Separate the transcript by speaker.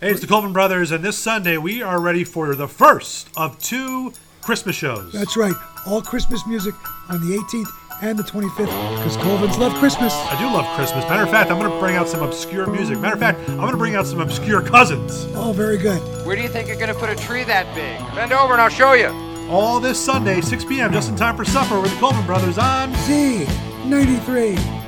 Speaker 1: Hey, it's the Colvin Brothers, and this Sunday we are ready for the first of two Christmas shows.
Speaker 2: That's right. All Christmas music on the 18th and the 25th because Colvins love Christmas.
Speaker 1: I do love Christmas. Matter of fact, I'm going to bring out some obscure music. Matter of fact, I'm going to bring out some obscure cousins.
Speaker 2: Oh, very good.
Speaker 3: Where do you think you're going to put a tree that big? Bend over and I'll show you.
Speaker 1: All this Sunday, 6 p.m., just in time for supper with the Colvin Brothers on
Speaker 2: Z93.